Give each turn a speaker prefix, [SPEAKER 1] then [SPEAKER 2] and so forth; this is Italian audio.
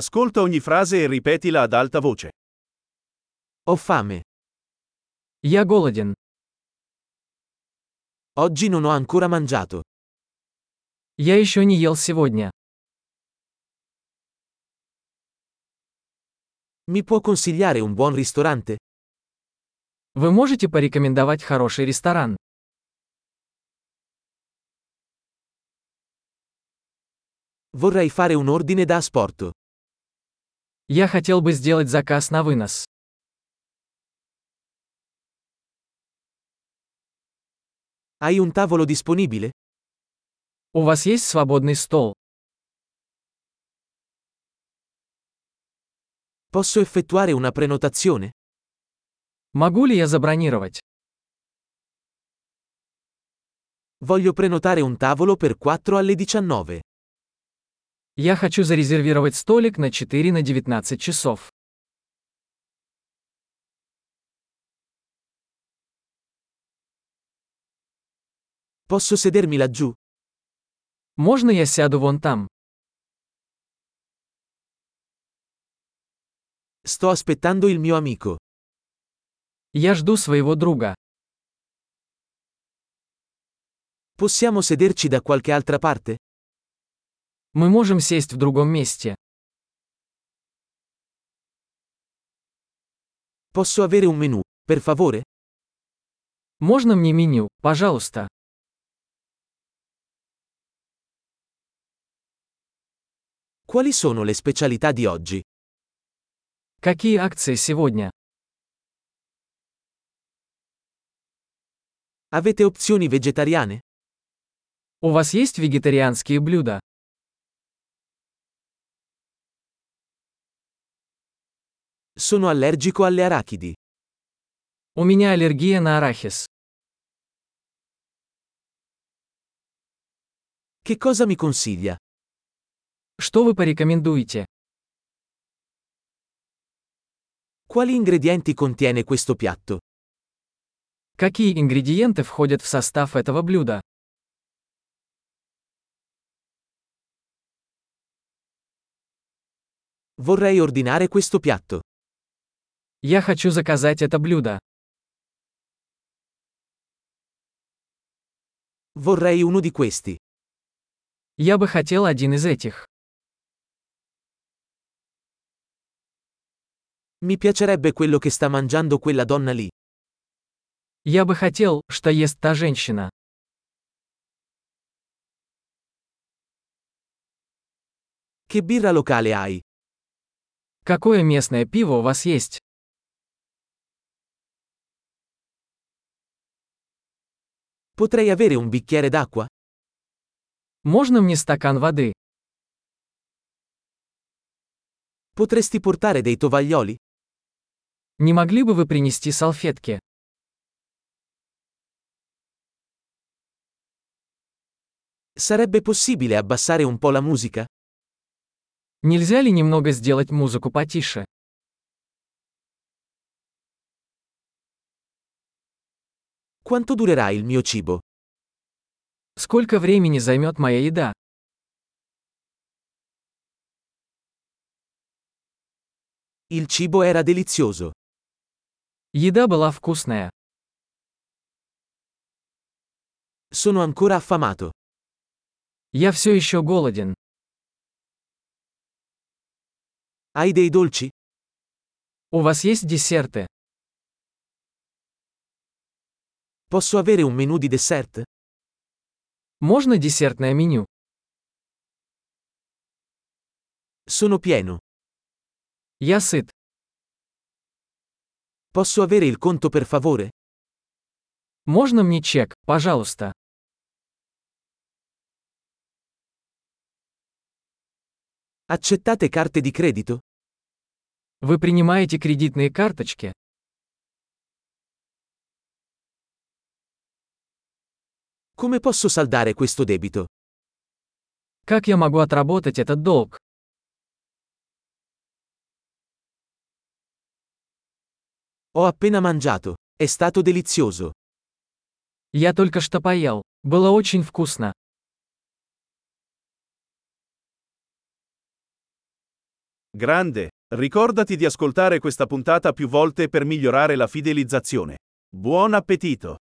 [SPEAKER 1] Ascolta ogni frase e ripetila ad alta voce.
[SPEAKER 2] Ho fame.
[SPEAKER 3] Я голоден.
[SPEAKER 2] Oggi non ho ancora mangiato.
[SPEAKER 3] Я еще не ел сегодня.
[SPEAKER 2] Mi può consigliare un buon ristorante?
[SPEAKER 3] Вы можете порекомендовать хороший ресторан?
[SPEAKER 2] Vorrei fare un ordine da asporto.
[SPEAKER 3] Я хотел бы сделать заказ на вынос.
[SPEAKER 2] Hai un tavolo disponibile?
[SPEAKER 3] У вас есть свободный стол?
[SPEAKER 2] Posso effettuare una prenotazione?
[SPEAKER 3] Могу ли я забронировать?
[SPEAKER 2] Voglio prenotare un tavolo per 4 alle 19.
[SPEAKER 3] Я хочу зарезервировать столик на 4 на 19 часов.
[SPEAKER 2] Posso sedermi laggiù?
[SPEAKER 3] Можно я сяду вон там?
[SPEAKER 2] Sto aspettando il mio amico.
[SPEAKER 3] Я жду своего друга.
[SPEAKER 2] Possiamo sederci da qualche altra parte?
[SPEAKER 3] Мы можем сесть в другом месте.
[SPEAKER 2] Posso avere un menù, per favore?
[SPEAKER 3] Можно мне меню, пожалуйста?
[SPEAKER 2] Quali sono le specialità di oggi?
[SPEAKER 3] Какие акции сегодня?
[SPEAKER 2] Avete opzioni vegetariane?
[SPEAKER 3] У вас есть вегетарианские блюда?
[SPEAKER 2] Sono allergico alle arachidi.
[SPEAKER 3] У меня аллергия на арахис.
[SPEAKER 2] Che cosa mi consiglia?
[SPEAKER 3] Что вы порекомендуете?
[SPEAKER 2] Quali ingredienti contiene questo piatto?
[SPEAKER 3] Какие ингредиенты входят в состав этого блюда?
[SPEAKER 2] Vorrei ordinare questo piatto.
[SPEAKER 3] Я хочу заказать это блюдо.
[SPEAKER 2] Vorrei uno di questi.
[SPEAKER 3] Я бы хотел один из этих.
[SPEAKER 2] Mi piacerebbe quello che sta mangiando quella donna lì.
[SPEAKER 3] Я бы хотел, что ест та женщина.
[SPEAKER 2] Che birra locale hai?
[SPEAKER 3] Какое местное пиво у вас есть?
[SPEAKER 2] Potrei avere un bicchiere d'acqua?
[SPEAKER 3] Можно мне стакан воды?
[SPEAKER 2] Potresti portare dei tovaglioli?
[SPEAKER 3] Не могли бы вы принести салфетки?
[SPEAKER 2] Sarebbe possibile abbassare un po' la musica?
[SPEAKER 3] Нельзя ли немного сделать музыку потише?
[SPEAKER 2] Quanto durerà il mio cibo?
[SPEAKER 3] Сколько времени займет моя еда?
[SPEAKER 2] Il cibo era delizioso.
[SPEAKER 3] Еда была вкусная.
[SPEAKER 2] Sono ancora affamato.
[SPEAKER 3] Я все еще голоден.
[SPEAKER 2] Hai dei dolci?
[SPEAKER 3] У вас есть десерты?
[SPEAKER 2] Posso avere un menù di dessert?
[SPEAKER 3] Можно десертное меню?
[SPEAKER 2] Sono pieno.
[SPEAKER 3] Я сыт.
[SPEAKER 2] Posso avere il conto per favore?
[SPEAKER 3] Можно мне чек, пожалуйста?
[SPEAKER 2] Accettate carte di credito?
[SPEAKER 3] Вы принимаете кредитные карточки?
[SPEAKER 2] Come posso saldare questo debito?
[SPEAKER 3] Как я могу отработать этот долг?
[SPEAKER 2] Ho appena mangiato. È stato delizioso.
[SPEAKER 3] Я только что поел. Было очень вкусно.
[SPEAKER 2] Grande. Ricordati di ascoltare questa puntata più volte per migliorare la fidelizzazione. Buon appetito!